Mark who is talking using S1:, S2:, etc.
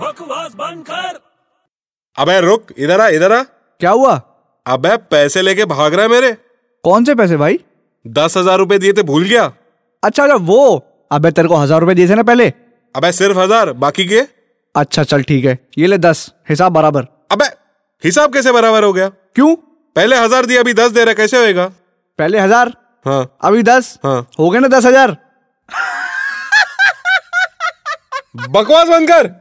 S1: बकवास बंद कर
S2: अबे रुक इधर आ इधर आ
S3: क्या हुआ
S2: अबे पैसे लेके भाग रहा है मेरे
S3: कौन से पैसे भाई
S2: दस हजार रुपए दिए थे भूल गया
S3: अच्छा अच्छा वो अबे तेरे को हजार रुपए दिए थे ना पहले
S2: अबे सिर्फ हजार बाकी के
S3: अच्छा चल ठीक है ये ले दस हिसाब बराबर
S2: अबे हिसाब कैसे बराबर हो गया
S3: क्यों
S2: पहले हजार दिया अभी दस दे रहा है, कैसे होएगा
S3: पहले हजार
S2: हाँ
S3: अभी दस
S2: हाँ।
S3: हो गए ना दस हजार
S2: बकवास बंद कर